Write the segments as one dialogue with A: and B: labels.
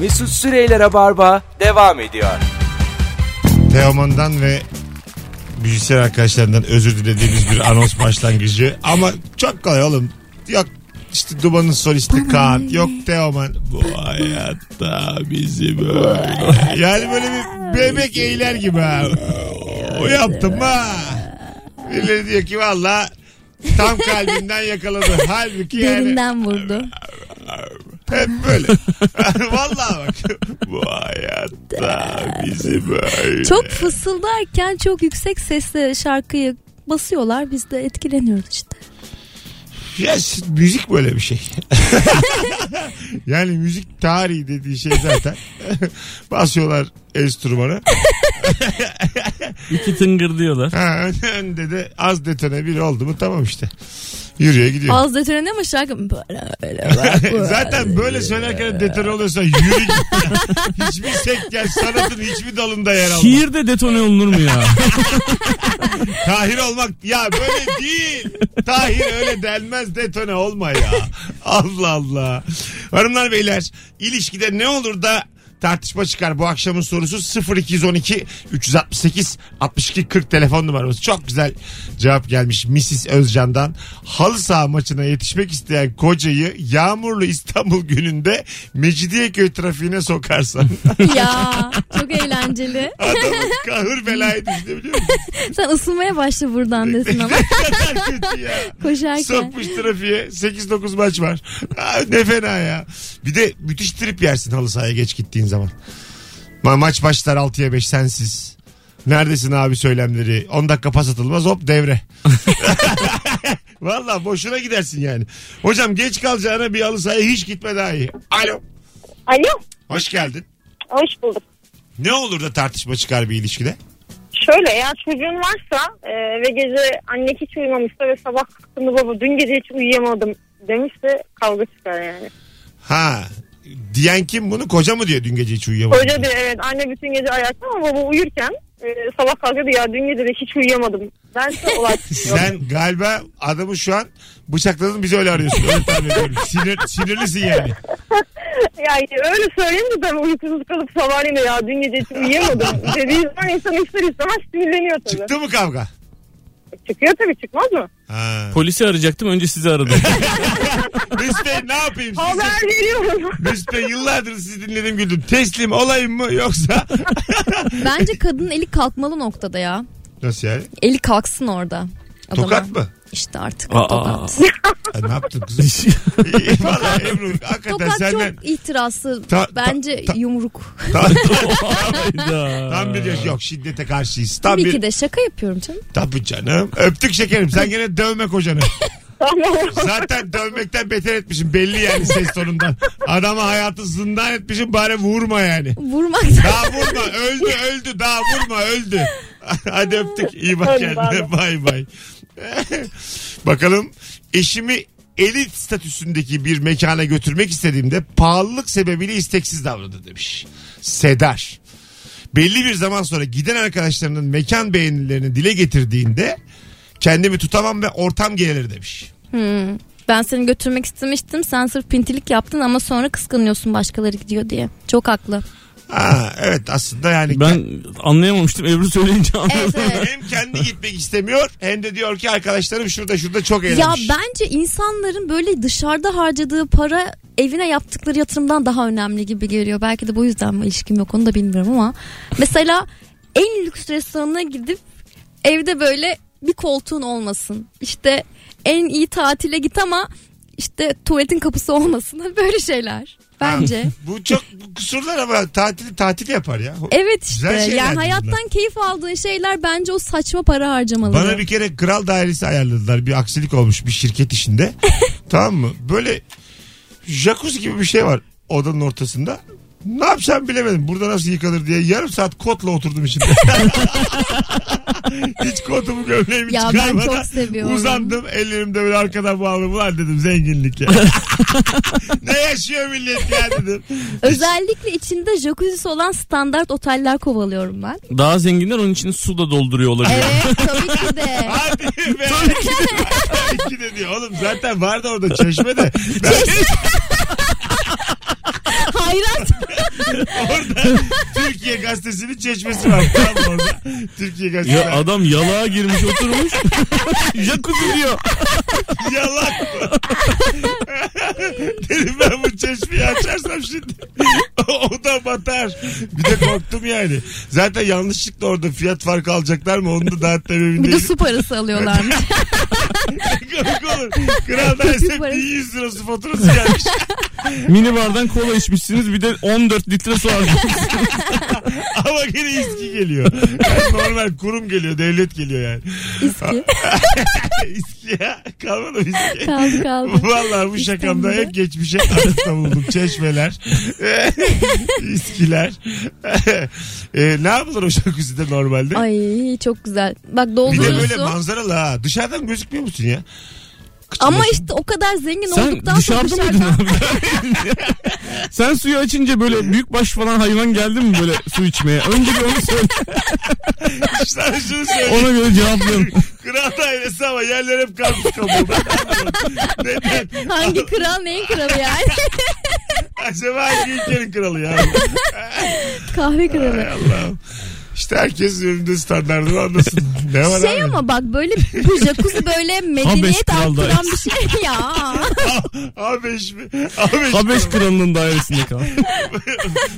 A: Mesut Süreyler'e barba devam ediyor.
B: Teoman'dan ve müzisyen arkadaşlarından özür dilediğimiz bir anons başlangıcı. Ama çok kolay oğlum. Yok işte Duman'ın solisti Kaan. Yok Teoman. Bu hayatta bizi böyle. Yani böyle bir bebek eğler gibi ha. O yaptım ha. Birileri diyor ki valla tam kalbinden yakaladı. Halbuki yani
C: Derinden vurdu.
B: hep böyle. Valla bak. Bu hayatta bizi böyle.
C: Çok fısıldarken çok yüksek sesle şarkıyı basıyorlar. Biz de etkileniyoruz işte.
B: Ya s- müzik böyle bir şey. yani müzik tarihi dediği şey zaten. Basıyorlar enstrümanı.
D: İki tıngır diyorlar.
B: Ha, ön- önde de az detone biri oldu mu tamam işte. Yürüye gidiyor.
C: Ağız detone ama şarkı böyle böyle bak, böyle.
B: zaten böyle söylerken detone oluyorsa yürü git. ya. hiçbir sektör sanatın hiçbir dalında yer alma.
D: Şiir de detone olunur mu ya?
B: Tahir olmak ya böyle değil. Tahir öyle denmez detone olma ya. Allah Allah. Hanımlar beyler ilişkide ne olur da tartışma çıkar. Bu akşamın sorusu 0212 368 62 40 telefon numaramız. Çok güzel cevap gelmiş Mrs. Özcan'dan. Halı saha maçına yetişmek isteyen kocayı yağmurlu İstanbul gününde Mecidiyeköy trafiğine sokarsan
C: ya çok eğlenceli.
B: adamın kahır belaya düştü biliyor musun?
C: Sen ısınmaya başla buradan desin ama
B: Ne kadar kötü ya.
C: koşarken.
B: Sokmuş trafiğe. 8-9 maç var. Aa, ne fena ya. Bir de müthiş trip yersin halı sahaya geç gittiğin zaman. Ma- maç başlar 6'ya 5 sensiz. Neredesin abi söylemleri? 10 dakika pas atılmaz hop devre. Valla boşuna gidersin yani. Hocam geç kalacağına bir halı sahaya hiç gitme daha iyi. Alo.
E: Alo,
B: Hoş geldin.
E: hoş bulduk.
B: Ne olur da tartışma çıkar bir ilişkide?
E: Şöyle eğer çocuğun varsa e, ve gece anne hiç uyumamışsa ve sabah kalktığında baba dün gece hiç uyuyamadım demişse kavga çıkar yani.
B: Ha. Diyen kim bunu? Koca mı diyor dün gece hiç uyuyamadım.
E: Hoca diyor evet anne bütün gece ayakta ama baba uyurken e, sabah kalkıyordu ya dün gece de hiç uyuyamadım. Derse olay çıkıyor.
B: Sen galiba adamı şu an bıçakladın bizi öyle arıyorsun. Öyle tahmin ediyorum. Sinir, sinirlisin yani.
E: yani öyle söyleyeyim de ben uykusuz kalıp sabahleyin de ya dün gece hiç uyuyamadım dediği zaman insan ister istemez sinirleniyor tabii.
B: Çıktı mı kavga?
E: Çıkıyor tabii çıkmaz mı?
B: Ha.
D: Polisi arayacaktım önce sizi aradım.
B: Mesut Bey ne yapayım size?
E: Haber veriyorum.
B: Mesut Bey yıllardır sizi dinledim güldüm. Teslim olayım mı yoksa?
C: Bence kadının eli kalkmalı noktada ya.
B: Nasıl yani?
C: Eli kalksın orada. Adama.
B: Tokat mı?
C: İşte artık
D: Aa.
C: tokat.
B: Ha, ne yaptın kızım? Valla Ebru hakikaten
C: Tokat
B: senden
C: çok ihtiraslı.
B: Ta- ta-
C: Bence
B: ta-
C: yumruk.
B: tam,
D: Hayda.
B: tam bir yaş yok şiddete karşıyız. Tam
C: Tabii
B: bir
C: ki de şaka yapıyorum canım.
B: tabii canım. Öptük şekerim sen gene dövme kocanı.
E: Tamam.
B: Zaten dövmekten beter etmişim belli yani ses tonundan. Adama hayatı zindan etmişim bari vurma yani.
C: Vurmak da
B: Daha vurma öldü öldü daha vurma öldü. Hadi öptük iyi bak
E: Hadi
B: kendine bay bay. Bakalım eşimi elit statüsündeki bir mekana götürmek istediğimde pahalılık sebebiyle isteksiz davrandı demiş. Sedar. Belli bir zaman sonra giden arkadaşlarının mekan beğenilerini dile getirdiğinde kendimi tutamam ve ortam gelir demiş.
C: Ben seni götürmek istemiştim. Sen sırf pintilik yaptın ama sonra kıskanıyorsun başkaları gidiyor diye. Çok haklı.
B: Ha, evet aslında yani
D: Ben anlayamamıştım Ebru söyleyince anladım.
C: Evet evet.
B: hem kendi gitmek istemiyor hem de diyor ki arkadaşlarım şurada şurada çok eğlenmiş.
C: ya bence insanların böyle dışarıda harcadığı para evine yaptıkları yatırımdan daha önemli gibi geliyor. Belki de bu yüzden mi ilişkim yok onu da bilmiyorum ama. Mesela en lüks restoranına gidip evde böyle bir koltuğun olmasın. İşte en iyi tatile git ama işte tuvaletin kapısı olmasın. Böyle şeyler. Bence.
B: Bu çok bu kusurlar ama tatili tatil yapar ya.
C: Evet
B: Güzel
C: işte.
B: şeyler
C: Yani
B: bunlar.
C: hayattan keyif aldığın şeyler bence o saçma para harcamaları.
B: Bana bir kere kral dairesi ayarladılar. Bir aksilik olmuş bir şirket işinde. tamam mı? Böyle jacuzzi gibi bir şey var odanın ortasında. Ne yapacağımı bilemedim. Burada nasıl yıkanır diye yarım saat kotla oturdum içinde. Hiç kotumu gömleğimi
C: Ya ben
B: çıkarmadan
C: çok seviyorum.
B: uzandım. Ellerimde böyle arkadan bağladım. Ulan dedim zenginlik ya. ne yaşıyor millet ya dedim.
C: Özellikle içinde jacuzzi olan standart oteller kovalıyorum ben.
D: Daha zenginler onun için su da dolduruyor olabilir.
C: Evet tabii ki de.
B: Hadi be. Tabii ki de. diyor. Oğlum zaten vardı orada çeşme de. Ben-
C: Hayrat
B: Türkiye gazetesinin çeşmesi var. Tam orada. Türkiye gazetesi.
D: Ya adam yalağa girmiş oturmuş. Jacuzzi diyor.
B: Yalak mı? Dedim ben bu çeşmeyi açarsam şimdi o da batar. Bir de korktum yani. Zaten yanlışlıkla orada fiyat farkı alacaklar mı? Onu da daha tam emin
C: Bir de
B: değilim.
C: su parası alıyorlarmış.
B: Komik olur. Kral
C: Su
B: Dysep
C: parası.
B: 100 lirası faturası gelmiş.
D: Mini bardan kola içmişsiniz bir de 14 litre su harcamışsınız.
B: Ama gene iski geliyor. Yani normal kurum geliyor. Devlet geliyor yani.
C: İSKİ.
B: İski ya. Kalmadı mı iski?
C: Kaldı kaldı.
B: Vallahi bu şakamda
C: İstanbul'da.
B: hep geçmişe arasında buldum. Çeşmeler. İskiler. e, ne yapılır o jacuzzi'de normalde?
C: Ay çok güzel. Bak
B: bir de böyle
C: dolduruyorsun.
B: manzaralı ha. Dışarıdan gözükmüyor musun ya? Kıçın
C: Ama
B: başı.
C: işte o kadar zengin
D: Sen
C: olduktan sonra
D: dışarıda mıydın
C: dışarıdan.
D: abi? Sen suyu açınca böyle büyükbaş falan hayvan geldi mi böyle su içmeye? Önce bir onu söyle.
B: Sana şunu söyleyeyim.
D: Ona göre cevaplıyorum.
B: Kral dairesi ama yerler hep kalmış kabuğunda. Neden?
C: Hangi kral neyin kralı yani?
B: Acaba hangi ülkenin kralı ya?
C: Kahve kralı.
B: Hay Allah'ım. İşte herkes önünde standartını anlasın. Ne var
C: Şey
B: abi?
C: ama bak böyle bu jacuzzi böyle medeniyet
D: kralda.
C: arttıran bir şey ya.
B: A5 mi? A5
D: Habeş kralının dairesinde kal.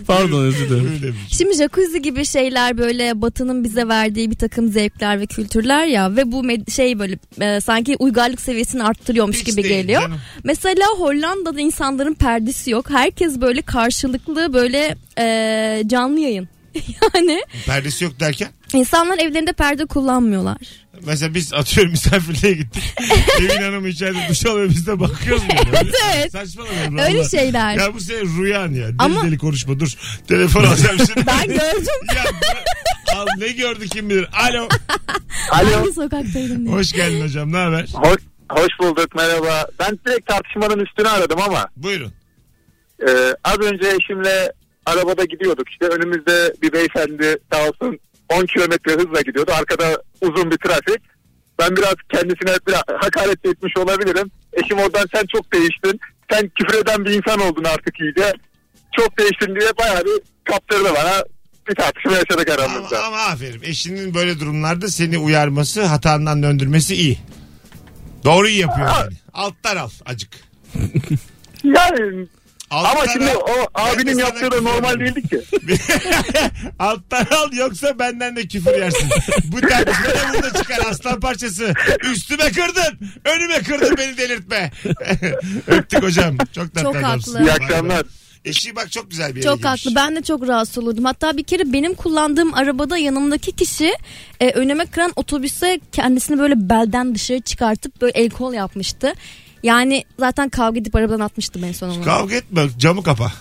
D: Pardon özür dilerim.
B: Öyle demiş.
C: Şimdi jacuzzi gibi şeyler böyle batının bize verdiği bir takım zevkler ve kültürler ya ve bu med- şey böyle e, sanki uygarlık seviyesini arttırıyormuş
B: Hiç
C: gibi
B: değil
C: geliyor.
B: canım.
C: Mesela Hollanda'da insanların perdesi yok. Herkes böyle karşılıklı böyle e, canlı yayın. yani
B: şey. Perdesi yok derken?
C: insanlar evlerinde perde kullanmıyorlar.
B: Mesela biz atıyorum misafirliğe gittik. Evin hanımı içeride duş alıyor biz de bakıyoruz. böyle. Öyle-
C: evet.
B: Saçmalama.
C: Öyle
B: vallahi.
C: şeyler.
B: Ya bu senin rüyan ya. Deli
C: Ama-
B: deli konuşma dur. Telefon alacağım şimdi.
C: Ben gördüm.
B: ya, al, ne gördü kim bilir. Alo.
F: Alo.
C: Hangi sokaktaydım diye.
B: Hoş geldin hocam ne haber?
F: Hoş, hoş bulduk merhaba. Ben direkt tartışmanın üstüne aradım ama
B: Buyurun.
F: e, az önce eşimle arabada gidiyorduk. İşte önümüzde bir beyefendi sağ olsun 10 kilometre hızla gidiyordu. Arkada uzun bir trafik. Ben biraz kendisine biraz hakaret etmiş olabilirim. Eşim oradan sen çok değiştin. Sen küfreden bir insan oldun artık iyice. Çok değiştin diye bayağı bir kaptırdı bana. Bir tartışma yaşadık
B: Ama,
F: aramızda.
B: ama aferin. Eşinin böyle durumlarda seni uyarması, hatandan döndürmesi iyi. Doğruyu yapıyor yani. Alttan al acık.
F: Yani
B: Alttan
F: ama şimdi
B: al.
F: o
B: Ben
F: abinin
B: de sana
F: yaptığı da normal değildi ki.
B: Alttan al yoksa benden de küfür yersin. Bu tartışma da burada çıkar aslan parçası. Üstüme kırdın. Önüme kırdın beni delirtme. Öptük hocam. Çok tatlı
C: Çok
B: adamsın.
C: haklı.
F: İyi akşamlar.
B: Eşi bak çok güzel bir şey. yere
C: Çok
B: girmiş.
C: haklı. Ben de çok rahatsız olurdum. Hatta bir kere benim kullandığım arabada yanımdaki kişi e, önüme kıran otobüse kendisini böyle belden dışarı çıkartıp böyle el kol yapmıştı. Yani zaten kavga edip arabadan atmıştım en son onu.
B: Kavga etme camı kapa.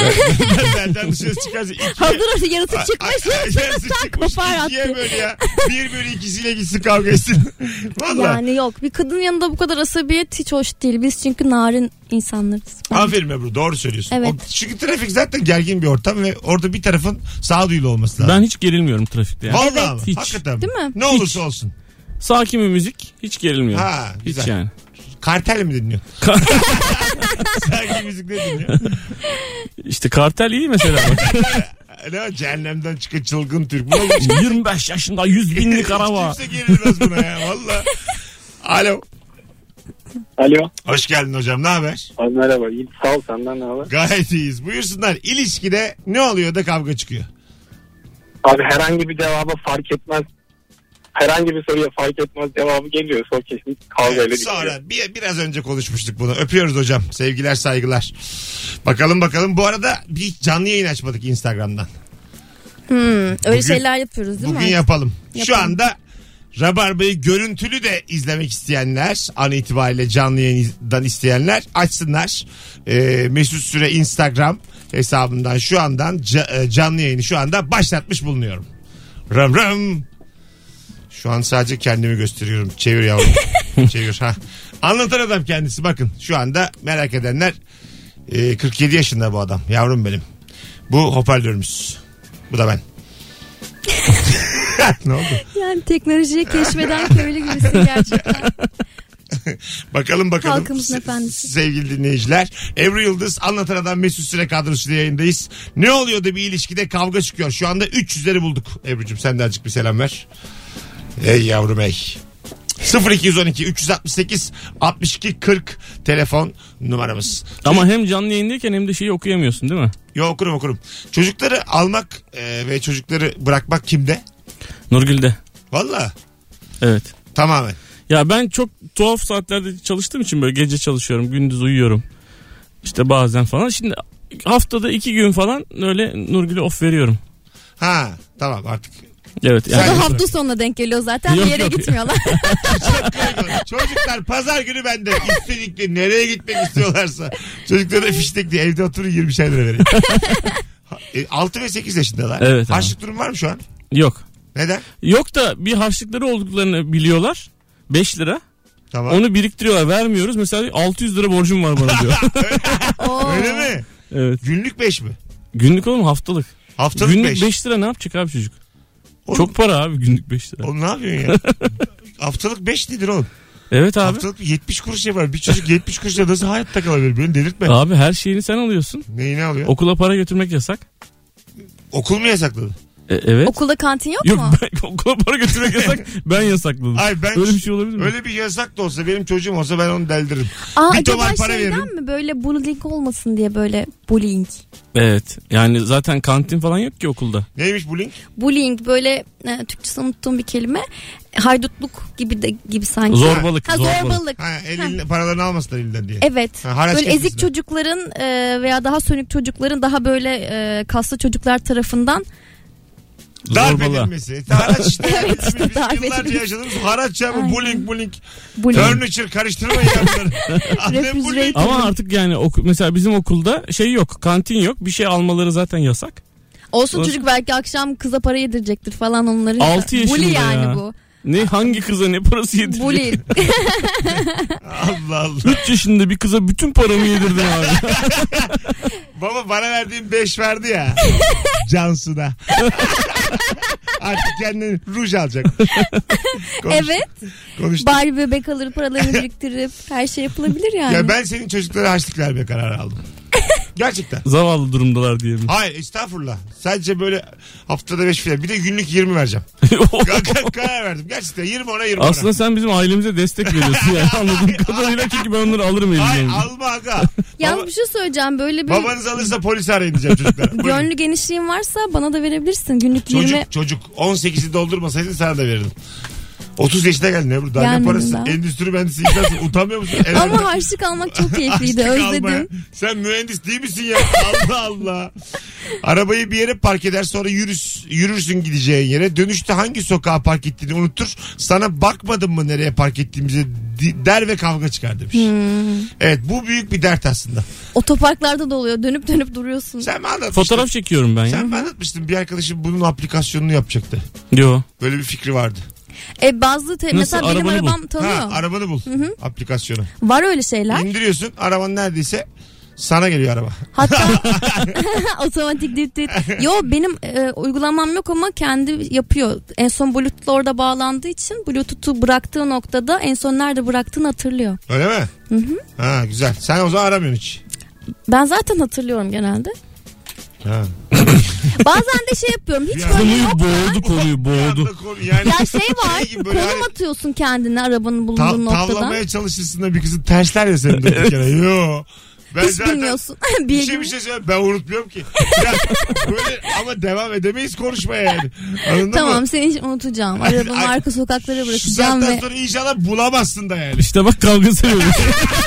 B: Ben, ben benden dışarı çıkarsa ikiye...
C: Hazır yaratık
B: Ay,
C: çıkmış.
B: ay, yarısı çıkmış.
C: kopar
B: İkiye
C: attı.
B: böyle ya. Bir bölü ikisiyle gitsin kavga etsin. Valla.
C: Yani yok bir kadın yanında bu kadar asabiyet hiç hoş değil. Biz çünkü narin insanlarız.
B: Aferin Ebru doğru söylüyorsun.
C: Evet.
B: O- çünkü trafik zaten gergin bir ortam ve orada bir tarafın sağduyulu olması lazım.
D: Ben hiç gerilmiyorum trafikte yani.
B: Vallahi ama,
D: Hiç.
B: hakikaten.
C: Değil mi?
B: Ne olursa olsun.
D: Sakin bir müzik hiç gerilmiyorum.
B: Ha,
D: hiç
B: güzel.
D: yani.
B: Kartel mi dinliyor? Sanki müzik ne dinliyor?
D: İşte kartel iyi mesela bak.
B: Ne o cehennemden çıkan çılgın Türk. Buna hiç
D: 25 yaşında 100 binlik araba.
B: kimse gerilmez buna ya valla. Alo.
F: Alo.
B: Hoş geldin hocam ne haber?
F: Merhaba. İyi, sağ ol senden ne haber?
B: Gayet iyiyiz. Buyursunlar ilişkide ne oluyor da kavga çıkıyor?
F: Abi herhangi bir cevaba fark etmez. Herhangi bir soruya fark etmez cevabı geliyor. Sonra kesin kavga ile bitiyor.
B: Sonra bir, biraz önce konuşmuştuk bunu. Öpüyoruz hocam. Sevgiler saygılar. Bakalım bakalım. Bu arada bir canlı yayın açmadık Instagram'dan.
C: Hmm, öyle
B: Bugün-
C: şeyler yapıyoruz değil
B: Bugün
C: mi?
B: yapalım. Şu
C: Yapalım.
B: anda Rabarba'yı görüntülü de izlemek isteyenler, an itibariyle canlı yayından isteyenler açsınlar. Ee, Mesut Süre Instagram hesabından şu andan ca- e, canlı yayını şu anda başlatmış bulunuyorum. Ram ram. Şu an sadece kendimi gösteriyorum. Çevir yavrum. Çevir ha. Anlatan adam kendisi bakın. Şu anda merak edenler e, 47 yaşında bu adam. Yavrum benim. Bu hoparlörümüz. Bu da ben. ne oldu?
C: Yani teknolojiyi keşfeden köylü gibisin gerçekten.
B: Bakalım bakalım.
C: Halkımızın
B: Se-
C: efendisi.
B: Sevgili dinleyiciler. Ebru Yıldız anlatan adam Mesut Süre kadrosuyla yayındayız. Ne oluyor da bir ilişkide kavga çıkıyor. Şu anda 300'leri bulduk. Ebru'cum sen de azıcık bir selam ver. Ey yavrum ey. 0212 368 62 40 telefon numaramız.
D: Ama hem canlı yayındayken hem de şeyi okuyamıyorsun değil mi?
B: Yo okurum okurum. Çocukları almak e, ve çocukları bırakmak kimde?
D: Nurgül'de.
B: Valla
D: Evet.
B: tamamen.
D: Ya ben çok tuhaf saatlerde çalıştığım için böyle gece çalışıyorum, gündüz uyuyorum. İşte bazen falan. Şimdi haftada iki gün falan öyle Nurgül'e off veriyorum.
B: Ha tamam artık.
D: Evet.
C: O
B: Sen-
D: Yani
C: da hafta sonuna denk geliyor zaten.
D: Yok,
C: bir yere
D: yok.
C: gitmiyorlar.
B: Çocuklar pazar günü bende. İstedikleri nereye gitmek istiyorlarsa. Çocuklara fiştek diye evde oturun 20 şeyler verin. 6 e, ve 8 yaşındalar.
D: Evet abi.
B: Harçlık durum var mı şu an?
D: Yok.
B: Neden?
D: Yok da bir harçlıkları olduklarını biliyorlar. 5 lira.
B: Tamam.
D: Onu biriktiriyorlar vermiyoruz. Mesela 600 lira borcum var bana diyor.
C: Oo.
B: Öyle mi?
D: evet.
B: Günlük 5 mi?
D: Günlük oğlum haftalık.
B: Haftalık 5.
D: günlük 5 lira ne yapacak abi çocuk?
B: Oğlum-
D: Çok para abi günlük 5 lira.
B: Oğlum ne yapıyorsun ya? Haftalık 5 nedir oğlum?
D: Evet abi.
B: Haftalık 70 kuruş yapar. Bir çocuk 70 kuruşla nasıl hayatta kalabilir? Beni delirtme.
D: Abi her şeyini sen alıyorsun.
B: Neyi ne alıyor?
D: Okula para götürmek yasak.
B: Okul mu yasakladı?
D: E, evet.
C: Okulda kantin yok,
D: Yok
C: mu?
D: ben, okula para götürmek yasak. Ben yasakladım.
B: Ay ben
D: Öyle bir şey olabilir mi?
B: Öyle bir yasak da olsa benim çocuğum olsa ben onu deldiririm.
C: Aa,
B: bir
C: acaba
B: tomar para
C: şeyden
B: veririm.
C: mi böyle bullying olmasın diye böyle bullying.
D: Evet. Yani zaten kantin falan yok ki okulda.
B: Neymiş bu link?
C: Bullying böyle e, Türkçesini unuttuğum bir kelime. Haydutluk gibi de gibi sanki.
D: Zorbalık.
C: Ha zorbalık.
B: Ha, el,
C: Ha.
B: eline- paralarını almasınlar elinden diye.
C: Evet.
B: Ha, haraç
C: böyle
B: kesmesinler.
C: ezik çocukların e, veya daha sönük çocukların daha böyle e, kaslı çocuklar tarafından
B: Darp
D: Zorbalığa.
B: edilmesi. Haraç işte.
C: Evet, işte
B: Biz
C: darp
B: Yıllarca
C: edilmesi.
B: yaşadığımız haraç ya bu
C: Aynen.
B: buling buling.
C: bullying.
B: Furniture karıştırmayın ya bunları. Annem
C: Refüze
B: buling.
C: eğitim.
D: Ama artık yani oku- mesela bizim okulda şey yok. Kantin yok. Bir şey almaları zaten yasak.
C: Olsun
D: Dur.
C: çocuk belki akşam kıza para yedirecektir falan onları.
D: Altı yaşında
C: Bully yani
D: ya.
C: bu.
D: Ne hangi kıza ne parası yedirdin?
C: Bully.
B: Allah Allah.
D: 3 yaşında bir kıza bütün paramı yedirdin abi.
B: Baba bana verdiğin 5 verdi ya. Cansu'da. Artık kendini ruj alacak. Konuş-
C: evet.
B: konuştuk.
C: Barbie bebek alır paralarını biriktirip her şey yapılabilir yani.
B: Ya ben senin çocuklara harçlık vermeye kararı aldım. Gerçekten.
D: Zavallı durumdalar diye mi?
B: Hayır estağfurullah. Sadece böyle haftada 5 falan. Bir de günlük 20 vereceğim. Kar- karar verdim. Gerçekten 20 ona 20
D: Aslında sen bizim ailemize destek veriyorsun yani anladığım kadarıyla çünkü ben onları alırım
B: ona. Hayır
D: elimden.
B: alma aga.
C: Yalnız
B: Baba-
C: bir şey söyleyeceğim böyle bir
B: babanız alırsa polisi arayın diyeceğim çocuklara. Buyurun.
C: gönlü genişliğin varsa bana da verebilirsin. Günlük 20
B: Çocuk çocuk 18'i doldurmasaydın sana da verirdim. 30 yaşına geldin Ebru. Daha ne
C: Gelmedim
B: parası?
C: daha.
B: Endüstri mühendisi insansın. Utanmıyor musun? Evet.
C: ama harçlık almak çok keyifliydi
B: Açtık almaya.
C: özledim.
B: Sen mühendis değil misin ya? Allah Allah. Arabayı bir yere park eder sonra yürüs, yürürsün gideceğin yere. Dönüşte hangi sokağa park ettiğini unutur. Sana bakmadın mı nereye park ettiğimize di- der ve kavga çıkar demiş.
C: Hmm.
B: Evet bu büyük bir dert aslında.
C: Otoparklarda da oluyor dönüp dönüp duruyorsun.
B: Sen mi anlatmıştın?
D: Fotoğraf çekiyorum ben ya.
B: Sen mi anlatmıştın? Bir arkadaşım bunun aplikasyonunu yapacaktı.
D: Yo.
B: Böyle bir fikri vardı.
C: E bazı te- mesela benim
D: Arabanı bul.
C: arabam tanıyor.
B: Ha, arabanı bul. Aplikasyonu.
C: Var öyle şeyler.
B: İndiriyorsun araban neredeyse sana geliyor araba.
C: Hatta otomatik dit dit. Yo benim e, uygulamam yok ama kendi yapıyor. En son Bluetooth'la orada bağlandığı için Bluetooth'u bıraktığı noktada en son nerede bıraktığını hatırlıyor.
B: Öyle mi? Ha güzel. Sen o zaman aramıyorsun hiç.
C: Ben zaten hatırlıyorum genelde.
B: Ha.
C: Bazen de şey yapıyorum hiç böyle
D: Konuyu boğdu konuyu boğdu.
B: Konu- Yani
C: ya şey var
B: Şey gibi böyle
C: konum
B: hani-
C: atıyorsun kendine arabanın bulunduğu
B: tav-
C: noktadan.
B: tavlamaya çalışırsın da bir kızın tersler ya senin de bir kere. Yo. Ben
C: Hiç bilmiyorsun.
B: Bir
C: Bilgi
B: şey bir şey söyle. Ben unutmuyorum ki. Ya, böyle ama devam edemeyiz konuşmaya yani. Anladın
C: Tamam
B: mı?
C: seni hiç unutacağım. Arabamı
B: Ay-
C: arka sokaklara
B: Şu
C: bırakacağım
B: saatten
C: ve
B: sonra inşallah bulamazsın da yani.
D: İşte bak kavga seviyoruz.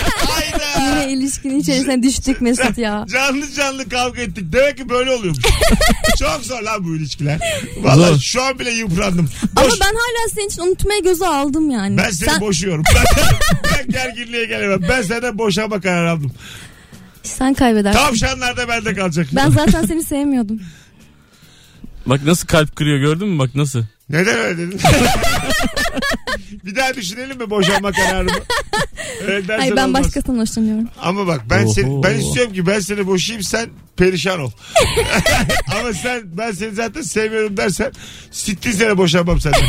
B: Hayda.
C: yine ilişkinin içerisine düştük Mesut ya.
B: Canlı canlı kavga ettik. Demek ki böyle oluyormuş. Çok zor lan bu ilişkiler. Vallahi
D: Zor.
B: şu an bile yıprandım.
C: Ama
B: Boş-
C: ben hala senin için unutmaya göze aldım yani.
B: ben seni
C: sen,
B: boşuyorum. Ben, ben gerginliğe gelemem. Ben senden boşanma kararı aldım.
C: sen kaybedersin.
B: Tavşanlar da bende kalacak.
C: Ben zaten seni sevmiyordum.
D: bak nasıl kalp kırıyor gördün mü bak nasıl.
B: Neden öyle dedin? bir daha düşünelim mi boşanma kararımı? Evet, dersen
C: Hayır ben
B: olmaz.
C: başkasından hoşlanıyorum.
B: Ama bak ben
D: Oho.
B: seni, ben istiyorum ki ben seni boşayayım sen perişan ol. Ama sen ben seni zaten sevmiyorum dersen sittin sene boşanmam senden.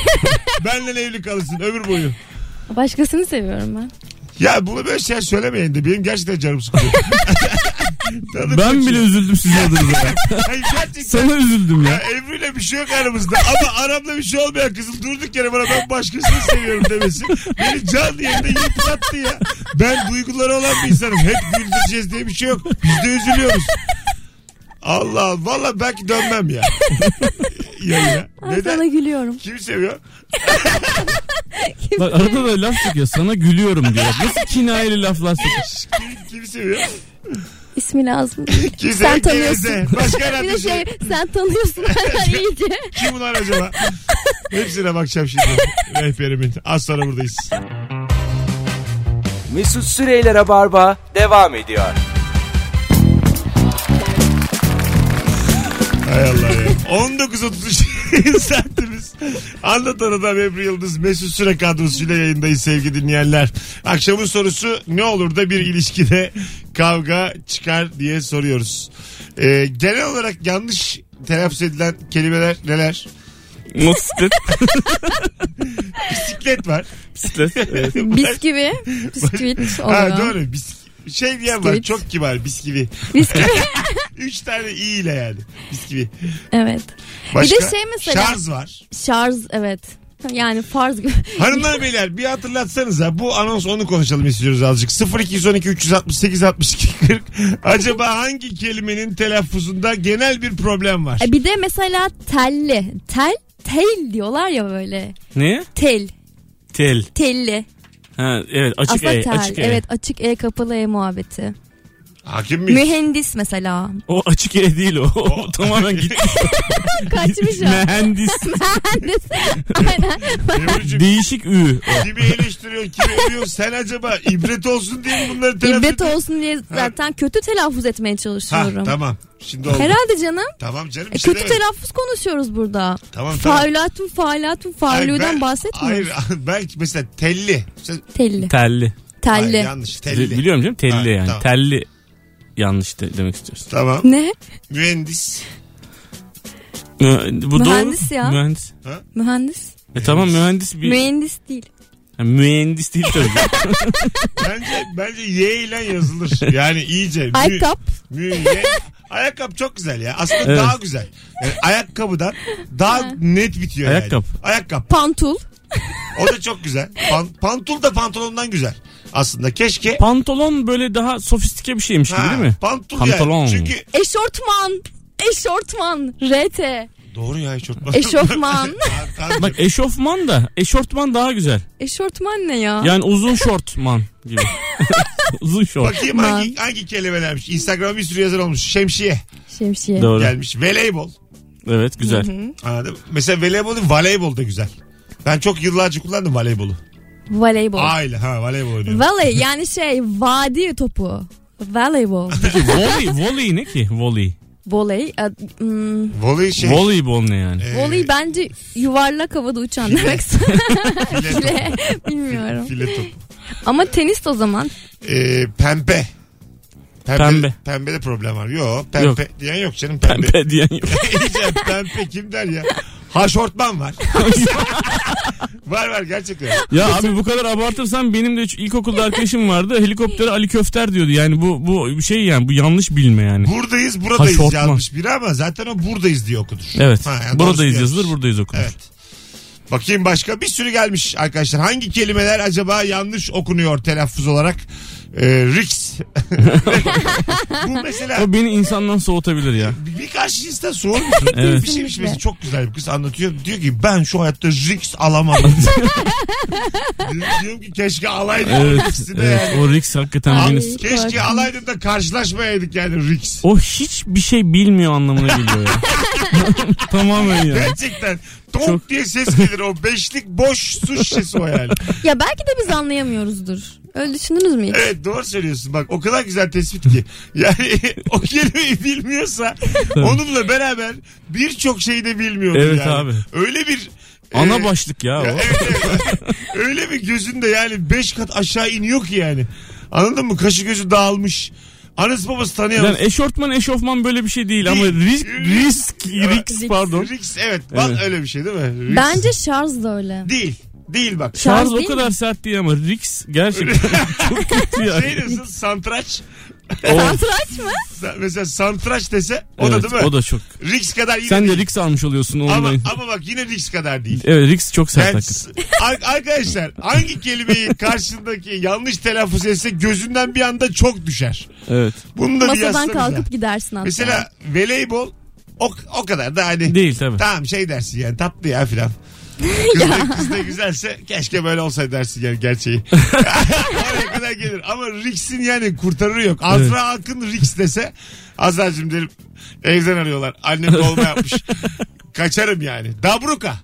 B: Benle evli kalırsın ömür boyu.
C: Başkasını seviyorum ben.
B: Ya bunu böyle şey söylemeyin de benim gerçekten canım sıkılıyor. Tadım
D: Ben
B: kaçıyor.
D: bile üzüldüm sizin adınıza. ya.
B: Hayır, gerçekten.
D: Sana üzüldüm
B: Ya
D: ya.
B: Ebru'yla bir şey yok aramızda ama aramda bir şey olmayan kızım durduk yere bana ben başkasını seviyorum demesi beni canlı yerinde yıprattı ya. Ben duyguları olan bir insanım. Hep güldüreceğiz diye bir şey yok. Biz de üzülüyoruz. Allah valla belki dönmem ya. ya, ya.
C: Ben sana
B: Neden?
C: gülüyorum.
B: Kim seviyor?
D: Bak arada da laf çıkıyor. Sana gülüyorum diyor. Nasıl kinayeli laflar çıkıyor.
B: Kim, kim seviyor?
C: İsmi lazım.
B: Kim
C: Sen
B: seviyor?
C: tanıyorsun.
B: Kimse. Başka
C: bir
B: herhalde
C: de
B: şey.
C: şey sen tanıyorsun benden iyice.
B: Kim bunlar acaba? Hepsine bakacağım şimdi. Rehberimin. Az sonra buradayız.
A: Mesut Süreyler'e barba devam ediyor.
B: Hay Allah ya. 19.33 saatimiz. Anlatan Adam Ebru Yıldız Mesut Süre kadrosuyla yayındayız sevgili dinleyenler. Akşamın sorusu ne olur da bir ilişkide kavga çıkar diye soruyoruz. Ee, genel olarak yanlış telaffuz edilen kelimeler neler?
D: Motosiklet.
B: Bisiklet var.
D: Bisiklet. Evet.
C: Bisküvi. Bisküvit
B: Ha,
C: oluyor.
B: doğru. Bis- şey diyen var
C: Bisküvit.
B: çok kibar bisküvi.
C: Bisküvi.
B: Üç tane i ile yani bisküvi.
C: evet.
B: Başka?
C: şey mesela-
B: Şarj var.
C: Şarj evet. Yani farz gibi.
B: Hanımlar beyler bir hatırlatsanıza bu anons onu konuşalım istiyoruz azıcık. 0212 368 62 40 acaba hangi kelimenin telaffuzunda genel bir problem var?
C: E, bir de mesela telli. Tel tel diyorlar ya böyle.
D: Ne?
C: Tel.
D: Tel.
C: Telli.
D: Ha, evet açık
C: Aslında
D: E.
C: tel.
D: Açık E.
C: Evet açık E kapalı E muhabbeti.
B: Hakim miyiz?
C: Mühendis mesela.
D: O açık E değil o. o tamamen gitti.
C: Kaçmış o.
D: Mühendis.
C: Mühendis. Aynen.
B: Ebru'cum,
D: Değişik Ü.
B: kimi eleştiriyor kimi övüyor sen acaba ibret olsun diye mi bunları telaffuz
C: İbret olsun diye zaten kötü telaffuz etmeye
B: Ha,
C: çalışıyorum.
B: tamam şimdi oldu.
C: Herhalde canım.
B: Tamam canım
C: E,
B: bir şey
C: kötü
B: demedim.
C: telaffuz konuşuyoruz burada.
B: Tamam tamam.
C: Faulatun, faulatun,
B: Hayır, ben-
C: fauludan bahsetmiyoruz.
B: Hayır ben mesela telli. Sen-
C: Telli.
D: Telli.
B: Hayır,
C: Telli.
B: yanlış telli.
D: Biliyorum canım telli
B: Ha,
D: yani.
B: tamam.
D: Telli yanlış de- demek istiyorsun.
B: Tamam.
C: Ne?
B: Mühendis.
D: Mü- Bu
C: Mühendis
D: doğru.
C: ya.
D: Mühendis.
C: Mühendis.
D: E tamam mühendis bir
C: Mühendis değil.
D: Ha, mühendis değil tabii.
B: Bence bence Y ile yazılır. Yani iyice. Mü-
C: Aykap.
B: Müye. Ayakkabı çok güzel ya. Aslında
D: Evet.
B: daha güzel. Yani ayakkabıdan daha net bitiyor
D: Ayakkabı.
B: yani. Ayakkabı.
C: Pantul.
B: O da çok güzel. Pan- pantul da pantolondan güzel. Aslında keşke.
D: Pantolon böyle daha sofistike bir şeymiş gibi
B: Ha,
D: değil mi?
B: Pantul
D: Pantolon.
B: yani. Çünkü
C: Eşortman. Eşortman. RT.
B: doğru ya eşortman.
C: Eşofman.
B: Ha, tamam.
D: Bak eşofman da eşortman daha güzel.
C: Eşortman ne ya?
D: Yani uzun şortman gibi. uzun şort.
B: Bakayım hangi, hangi kelimelermiş. Instagram'a bir sürü yazar olmuş. Şemsiye
C: Şemsiye.
D: Doğru.
B: gelmiş. Voleybol.
D: Evet güzel.
B: Anladın mı? Mesela voleybolun voleybol da güzel. Ben çok yıllarca kullandım voleybolu.
C: Voleybol.
B: Aile ha voleybol oynuyorum.
C: Valley yani şey vadi topu. Voleybol.
D: Peki voley, voley ne ki? Voley.
C: Voley. e, hmm,
B: Voley şey.
D: Voleybol ne yani?
B: e,
C: Voley bence yuvarlak havada uçan demek.
B: file-
C: Bile Bilmiyorum.
B: file topu.
C: Ama tenis de o zaman.
B: Ee, pembe. pembe.
D: Pembe.
B: Pembede problem var. Yo pembe diyen yok canım pembe.
D: Pembe diyen yok.
B: İyice pembe kim der ya? Haşortman var. var var gerçekten.
D: Ya abi bu kadar abartırsan benim de üç- ilkokulda arkadaşım vardı. Helikoptere Ali Köfter diyordu. Yani bu bu şey yani bu yanlış bilme yani.
B: Buradayız buradayız
D: Haşortman.
B: yazmış biri ama zaten o buradayız diye okudur.
D: Evet.
B: Ha, yani doğrusu
D: buradayız
B: yazmış.
D: yazılır, buradayız okunur.
B: Evet. Bakayım başka bir sürü gelmiş arkadaşlar. Hangi kelimeler acaba yanlış okunuyor telaffuz olarak? Ee, Rix. Bu mesela
D: O beni insandan soğutabilir ya.
B: Bir, bir karşı cinsten soğur musun?
D: Evet.
B: Bir şeymiş mesela çok güzel bir kız anlatıyor. Diyor ki ben şu hayatta Rix alamadım. Diyorum ki keşke alaydım.
D: Evet.
B: ikisini
D: evet.
B: yani.
D: O Rix hakikaten
B: Al-
D: beni...
B: keşke alaydım da karşılaşmayaydık yani Rix.
D: O hiçbir şey bilmiyor anlamına geliyor ya. Tamamen ya.
B: Gerçekten tonk diye ses gelir o beşlik boş su şişesi o yani.
C: Ya belki de biz anlayamıyoruzdur. Öyle düşündünüz mü hiç?
B: Evet doğru söylüyorsun bak o kadar güzel tespit ki. Yani o kelimeyi bilmiyorsa onunla beraber birçok şeyi de bilmiyordur
D: Evet
B: yani.
D: abi.
B: Öyle bir
D: Ana
B: e,
D: başlık ya o.
B: Evet, evet. Öyle bir gözünde yani 5 kat aşağı iniyor ki yani. Anladın mı? Kaşı gözü dağılmış. Anası babası tanıyamaz.
D: Yani eşortman eşofman böyle bir şey değil ama
B: Değil.
D: risk risk risk pardon.
B: Rix, evet. Bak
D: Evet.
B: öyle bir şey değil mi? Rix.
C: Bence şarj da öyle.
B: Değil. Değil bak.
C: Şarj
D: Şarj o
C: değil
D: kadar sert değil ama Rix gerçekten çok kötü yani.
B: Şey nasıl santraç.
C: Santraç mı?
B: Sa- Mesela santraç dese o da
D: Evet,
B: değil mi?
D: O da çok.
B: Rix kadar yine
D: Sen de
B: değil.
D: Rix almış oluyorsun
B: ama,
D: online.
B: ama bak yine Rix kadar değil.
D: Evet Rix çok sert
B: Ben-
D: hakikaten.
B: Ar- arkadaşlar hangi kelimeyi karşındaki yanlış telaffuz etse gözünden bir anda çok düşer.
D: Evet.
B: Bunu da bir
C: Masadan
B: yazsanıza.
C: kalkıp gidersin hatta.
B: Mesela voleybol o, o kadar da hani
D: Değil tabii.
B: tamam şey dersin yani tatlı ya filan. Kız da, kız da güzelse keşke böyle olsaydı dersin yani gerçeği. Oraya kadar gelir. Ama Rix'in yani kurtarırı yok. Azra
D: Evet.
B: Akın Rix dese Azra'cığım derim evden arıyorlar. Annem dolma yapmış. Kaçarım yani. Dabruka.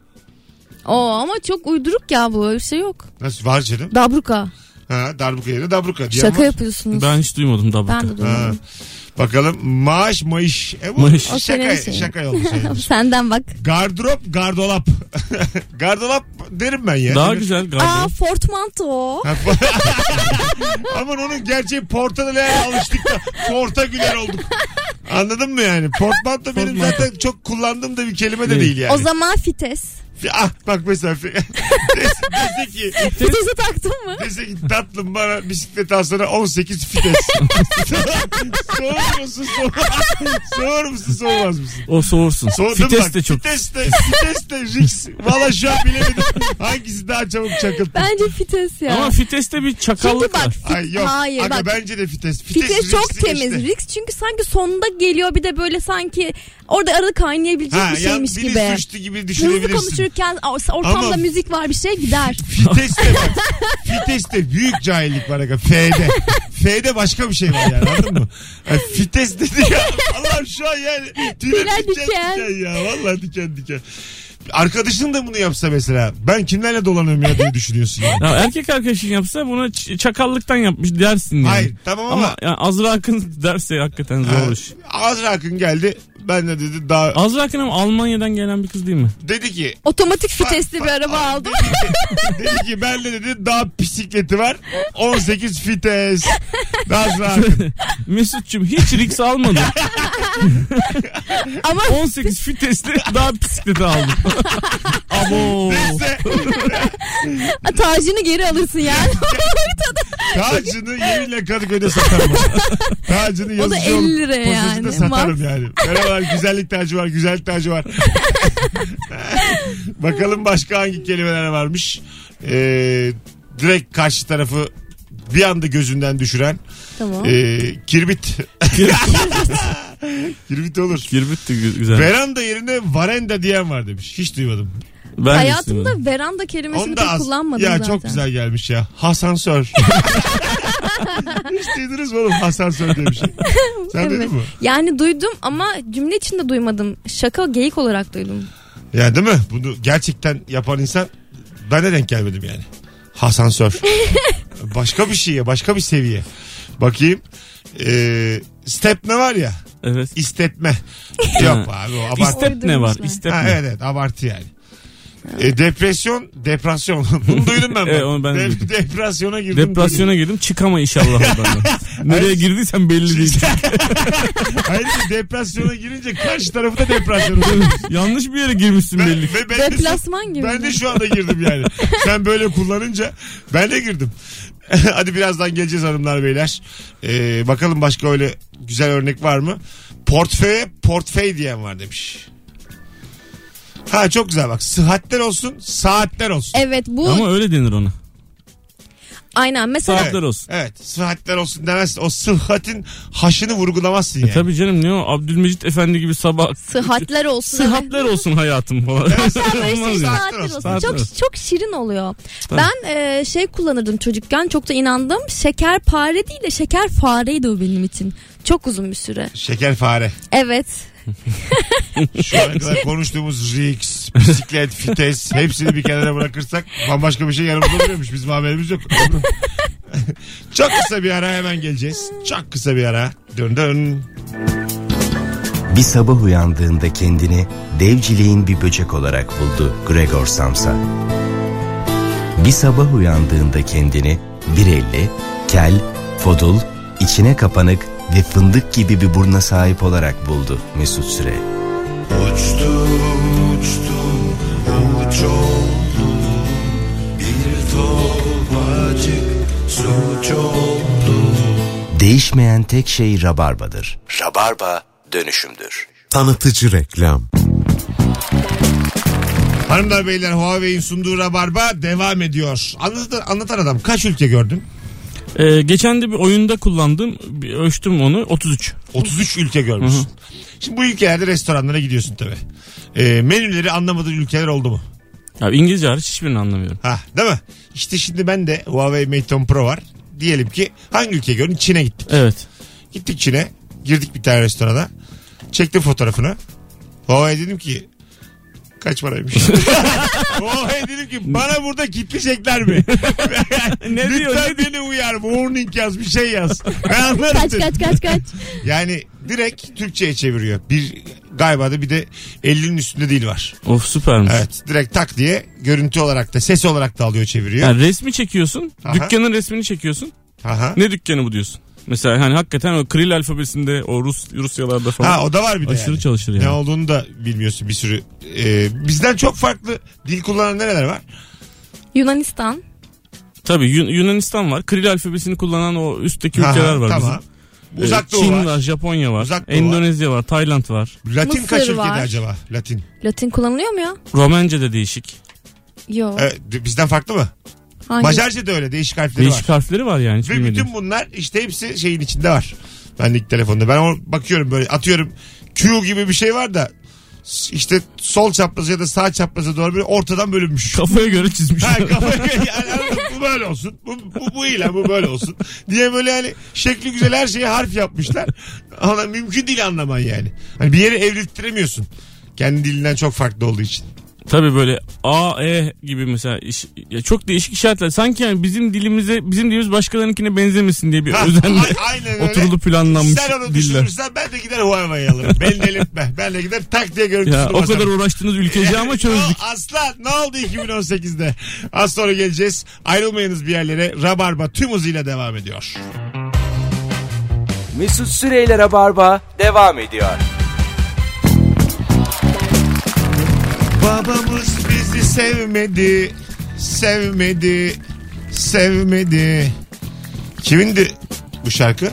C: Oo ama çok uyduruk ya bu. Öyle bir şey yok.
B: Nasıl var canım?
C: Dabruka.
B: Ha, darbuka yerine dabruka. diyen
C: Şaka
B: var.
C: yapıyorsunuz.
D: Ben hiç duymadım daha
C: Ben de
D: bakın.
B: Ha.
C: duymadım.
B: Bakalım maaş mayış. E bu
D: Mayış.
C: O
B: Şaka,
C: senin şeyin.
B: şaka yolu sayılır.
C: Senden bak.
B: Gardırop, gardolap. gardolap derim ben ya.
D: Daha
B: Evet.
D: güzel galiba.
C: Aa portmanto.
B: Aman onun gerçeği portalığa alıştık da porta güler olduk. Anladın mı yani? Portmanto benim
D: Portmanto.
B: zaten çok kullandığım da bir kelime de
D: Değil.
B: değil yani.
C: O zaman fites.
B: Ah bak mesela dese, dese ki
C: Fitesi taktın mı?
B: dese ki tatlım bana bisiklet alsana 18 fites. soğur musun soğur, soğur musun soğumaz mısın?
D: O soğursun.
B: Soğudum
D: Fites
B: bak.
D: de çok.
B: Fites de, fites de riks. Valla şu an bilemedim hangisi daha çabuk çakıldı.
C: Bence fites ya.
D: Ama Fites'te bir
C: çünkü
D: çakallık
C: bak,
D: var.
C: fit-
B: Ay yok.
C: hayır
B: Aga
C: bak.
B: bence de fites. Fites,
C: Fites çok
B: riksin
C: temiz.
B: işte.
C: Rix çünkü sanki sonunda geliyor bir de böyle sanki orada arada kaynayabilecek
B: Ha,
C: bir
B: ya
C: şeymiş
B: biri
C: gibi.
B: suçlu gibi
C: Hızlı
B: düşünebilirsin.
C: konuşurken or- ortamda
B: Ama-
C: müzik var bir şey gider.
B: Fites de bak. Fites de büyük cahillik var aga. F'de. F'de başka bir şey var yani anladın mı? Yani fites dedi ya. Allah'ım şu an yani. Tüyler
C: Tüyler
B: diken, diken.
C: diken.
B: ya. Valla diken diken. Arkadaşın da bunu yapsa mesela. Ben kimlerle dolanıyorum ya diye düşünüyorsun yani.
D: Ya erkek arkadaşın yapsa buna ç- çakallıktan yapmış dersin yani.
B: Hayır tamam ama,
D: Ama yani Azra Akın derse hakikaten zor iş.
B: Azra Akın geldi. Ben de dedi daha
D: Azra Akın ama Almanya'dan gelen bir kız değil mi?
B: dedi ki
C: Otomatik fitesli bir araba
B: Abi
C: aldım.
B: Dedi ki, dedi ki ben de dedi daha bisikleti var. 18 fites. Daha rahat.
D: Mesut'cum hiç riks almadım.
C: Ama
D: 18 fitesli daha bisiklete aldım. Abo.
B: Neyse
C: tacını geri alırsın yani.
B: tacını yeminle Kadıköy'de satarım. Tacını
C: O da
B: yazıcı
C: 50
B: olup
C: liraya
B: posasında
C: yani.
B: satarım yani. Merhabalar güzellik tacı var güzellik tacı var. Bakalım başka hangi kelimeler varmış. Ee, direkt karşı tarafı bir anda gözünden düşüren
C: tamam.
B: ee, kirbit. kirbit olur.
D: Kirbit de gü- güzel.
B: Veranda yerine varenda diyen var demiş. Hiç duymadım.
D: Ben de istemedim.
C: Hayatımda veranda kelimesini
B: Onu da
C: pek
B: az.
C: kullanmadım
B: ya
C: zaten.
B: çok güzel gelmiş ya. Hasansör. Hiç duydunuz mu oğlum hasansör diye bir şey. Sen duydun mu?
C: Yani duydum ama cümle içinde duymadım. Şaka geyik olarak duydum.
B: Ya değil mi? Bunu gerçekten yapan insan ben de denk gelmedim yani. Hasansör. başka bir şey ya başka bir seviye. Bakayım. Ee, stepme var ya.
D: Evet.
B: İstetme. Yok abi o abartı.
D: İstep ne var?
C: Uydurmuşlar.
D: İstep
B: Ha,
D: ne?
B: evet evet abartı yani. E, depresyon, depresyon. Bunu duydum ben.
D: Evet, onu ben de duydum.
B: Depresyona girdim.
D: Depresyona girdim çıkama inşallah oradan. da. Nereye girdiysen belli değil.
B: Duydum. Ayrıca depresyona girince karşı tarafı da depresyona girdim.
D: Yanlış bir yere girmişsin
B: Ben,
D: belli.
B: ve ben, de,
C: Deplasman gibi.
B: ben de şu anda girdim yani. Sen böyle kullanınca ben de girdim. Hadi birazdan geleceğiz hanımlar beyler. E, bakalım başka öyle güzel örnek var mı? Portföye portföy diyen var demiş. Ha çok güzel bak. Sıhhatler olsun, saatler olsun.
C: Evet bu
D: Ama öyle denir ona.
C: aynen mesela
D: Saatler olsun.
B: Evet sıhhatler olsun demezsin. O sıhhatin haşını vurgulamazsın yani.
D: E Tabii canım ne o Abdülmecit Efendi gibi sabah
C: sıhhatler olsun. evet.
D: sıhhatler olsun hayatım falan.
C: Böyle şey,
D: Olmaz ya.
C: saatler olsun.
D: Saatler olsun.
C: Çok çok şirin oluyor.
D: Tabii.
C: Ben e, şey kullanırdım çocukken çok da inandım. Şeker pare değil de şeker fareydi o benim için. Çok uzun bir süre.
B: Şeker fare.
C: Evet.
B: Şu ana kadar konuştuğumuz riks, bisiklet, fites hepsini bir kenara bırakırsak bambaşka bir şey yanımızda duruyormuş. Bizim haberimiz yok. Çok kısa bir ara hemen geleceğiz. Çok kısa bir ara. Dön dön.
G: Bir sabah uyandığında kendini devciliğin bir böcek olarak buldu Gregor Samsa. Bir sabah uyandığında kendini bir elli, kel, fodul, içine kapanık ve fındık gibi bir burna sahip olarak buldu Mesut Süre.
H: Uçtu uçtu uç oldu Bir
G: Değişmeyen tek şey rabarbadır. Rabarba dönüşümdür.
H: Tanıtıcı reklam.
B: Hanımlar beyler Huawei'in sunduğu rabarba devam ediyor. Anlatan, anlatan adam kaç ülke gördün?
D: Ee, geçen de bir oyunda kullandım. Bir ölçtüm onu. 33.
B: 33 ülke görmüşsün. Şimdi bu ülkelerde restoranlara gidiyorsun tabi. menüleri anlamadığın ülkeler oldu mu?
D: Ya İngilizce hariç hiçbirini anlamıyorum.
B: Ha, değil mi? İşte şimdi ben de Huawei Mate 10 Pro var. Diyelim ki hangi ülkeye gördün? Çin'e gittim.
D: Evet.
B: Gittik Çin'e. Girdik bir tane restorana. Çektim fotoğrafını. Huawei dedim ki kaç paraymış? Huawei dedim ki bana burada kitleyecekler mi?
D: Ne diyor,
B: Lütfen
D: ne diyor?
B: beni uyar. Warning yaz bir şey yaz. Ben anlarım
C: Kaç
B: seni.
C: kaç kaç kaç.
B: Yani direkt Türkçe'ye çeviriyor. Bir galiba da bir de 50'nin üstünde dil var.
D: Of süpermiş.
B: Evet direkt tak diye görüntü olarak da ses olarak da alıyor çeviriyor.
D: Yani resmi çekiyorsun.
B: Aha.
D: Dükkanın resmini çekiyorsun.
B: Aha.
D: Ne dükkanı bu diyorsun? Mesela hani hakikaten o Kril alfabesinde o Rus Rusyalarda falan.
B: Ha o da var bir de.
D: aşırı
B: yani.
D: çalışır yani.
B: Ne olduğunu da bilmiyorsun bir sürü. Ee, bizden çok farklı dil kullanan nereler var?
C: Yunanistan.
D: Tabii Yun- Yunanistan var. Kril alfabesini kullanan o üstteki ülkeler
B: Aha,
D: var
B: Tamam.
D: bizim. Ee,
B: Uzak Doğu
D: Çin var.
B: var.
D: Japonya var.
B: Uzak Doğu
D: Endonezya var. Tayland var.
B: Latin
C: Mısır
B: kaç ülkede
C: var.
B: acaba? Latin.
C: Latin kullanılıyor mu ya?
D: Romence de değişik.
C: Yo.
B: Evet, bizden farklı mı?
C: Hangi?
B: Macarca da öyle değişik harfleri var.
D: Değişik harfleri var yani hiç
B: Ve
D: bilmediğim.
B: bütün bunlar işte hepsi şeyin içinde var. Benlik telefonda. Ben o- bakıyorum böyle atıyorum Q gibi bir şey var da s- işte sol çaprazı ya da sağ çaprazı doğru böyle ortadan bölünmüş.
D: Kafaya göre çizmiş.
B: Ha, kafayı- yani anladın, bu böyle olsun. Bu, bu, bu ile bu böyle olsun. Diye böyle hani şekli güzel her şeye harf yapmışlar. Ama mümkün değil anlaman yani. Hani bir yere evrilttiremiyorsun. Kendi dilinden çok farklı olduğu için.
D: Tabii böyle A, E gibi mesela iş- ya çok değişik işaretler. Sanki yani bizim dilimize, bizim dilimiz başkalarınınkine benzemesin diye bir
B: Ha,
D: özenle
B: a- aynen öyle.
D: oturulup planlanmış
B: Sen onu
D: diller.
B: düşünürsen ben de gider Huawei'yi alırım. Beni delirtme. Ben de gider tak diye görüntüsünü
D: Ya, o
B: basarım.
D: kadar uğraştınız ülkece ama çözdük.
B: O Aslan ne oldu 2018'de? Az sonra geleceğiz. Ayrılmayınız bir yerlere. Rabarba tüm hızıyla devam ediyor.
A: Mesut Süreyler'e barba devam ediyor.
B: Babamız bizi sevmedi. Sevmedi. Sevmedi. Kimindi bu şarkı?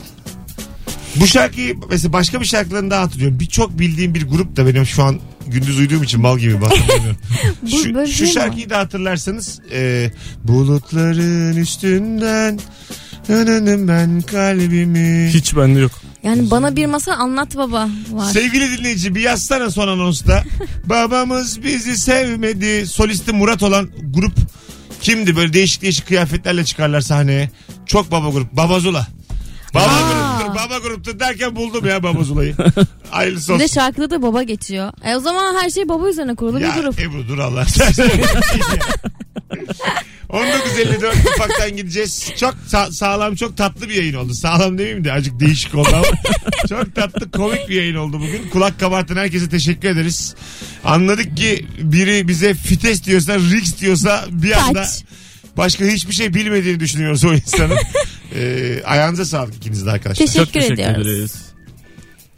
B: Bu şarkıyı mesela başka bir şarkılarını daha hatırlıyorum. Birçok bildiğim bir grup da benim şu an gündüz uyuduğum için mal gibi bahsediyorum.
C: Bu
B: şu,
C: böyle
B: şu
C: değil mi?
B: şarkıyı da hatırlarsanız e, bulutların üstünden Önünüm ben kalbimi.
D: Hiç bende yok.
C: Yani bana bir masal anlat baba var.
B: Sevgili dinleyici bir yazsana son anonsta. Babamız bizi sevmedi. Solisti Murat olan grup kimdi? Böyle değişik değişik kıyafetlerle çıkarlar sahneye. Çok baba grup. Babazula. Baba gruptur, baba gruptur derken buldum ya Babazula'yı. Hayırlısı
C: Bir de
B: olsun.
C: şarkıda da baba geçiyor. E o zaman her şey baba üzerine kurulu
B: Ya e-
C: bir grup.
B: Ebru dur Allah. aşkına. 19.54 ufaktan gideceğiz. Çok sa- sağlam çok tatlı bir yayın oldu. Sağlam demeyeyim de azıcık değişik oldu ama. çok tatlı komik bir yayın oldu bugün. Kulak kabartan herkese teşekkür ederiz. Anladık ki biri bize fites diyorsa, rix diyorsa bir anda
C: Kaç.
B: başka hiçbir şey bilmediğini düşünüyoruz o insanın. Ee, ayağınıza sağlık ikiniz de arkadaşlar.
C: Teşekkür,
D: Çok teşekkür
C: ediyoruz.
D: ederiz.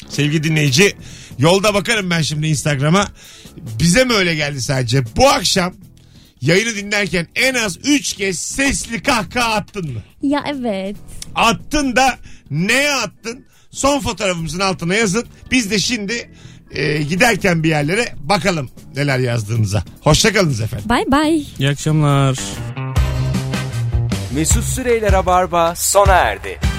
B: Sevgili dinleyici yolda bakarım ben şimdi Instagram'a. Bize mi öyle geldi sadece? Bu akşam yayını dinlerken en az 3 kez sesli kahkaha attın mı?
C: Ya evet.
B: Attın da neye attın? Son fotoğrafımızın altına yazın. Biz de şimdi e, giderken bir yerlere bakalım neler yazdığınıza. Hoşçakalınız efendim.
C: Bay bay.
D: İyi akşamlar.
A: Mesut Süreyler'e barba sona erdi.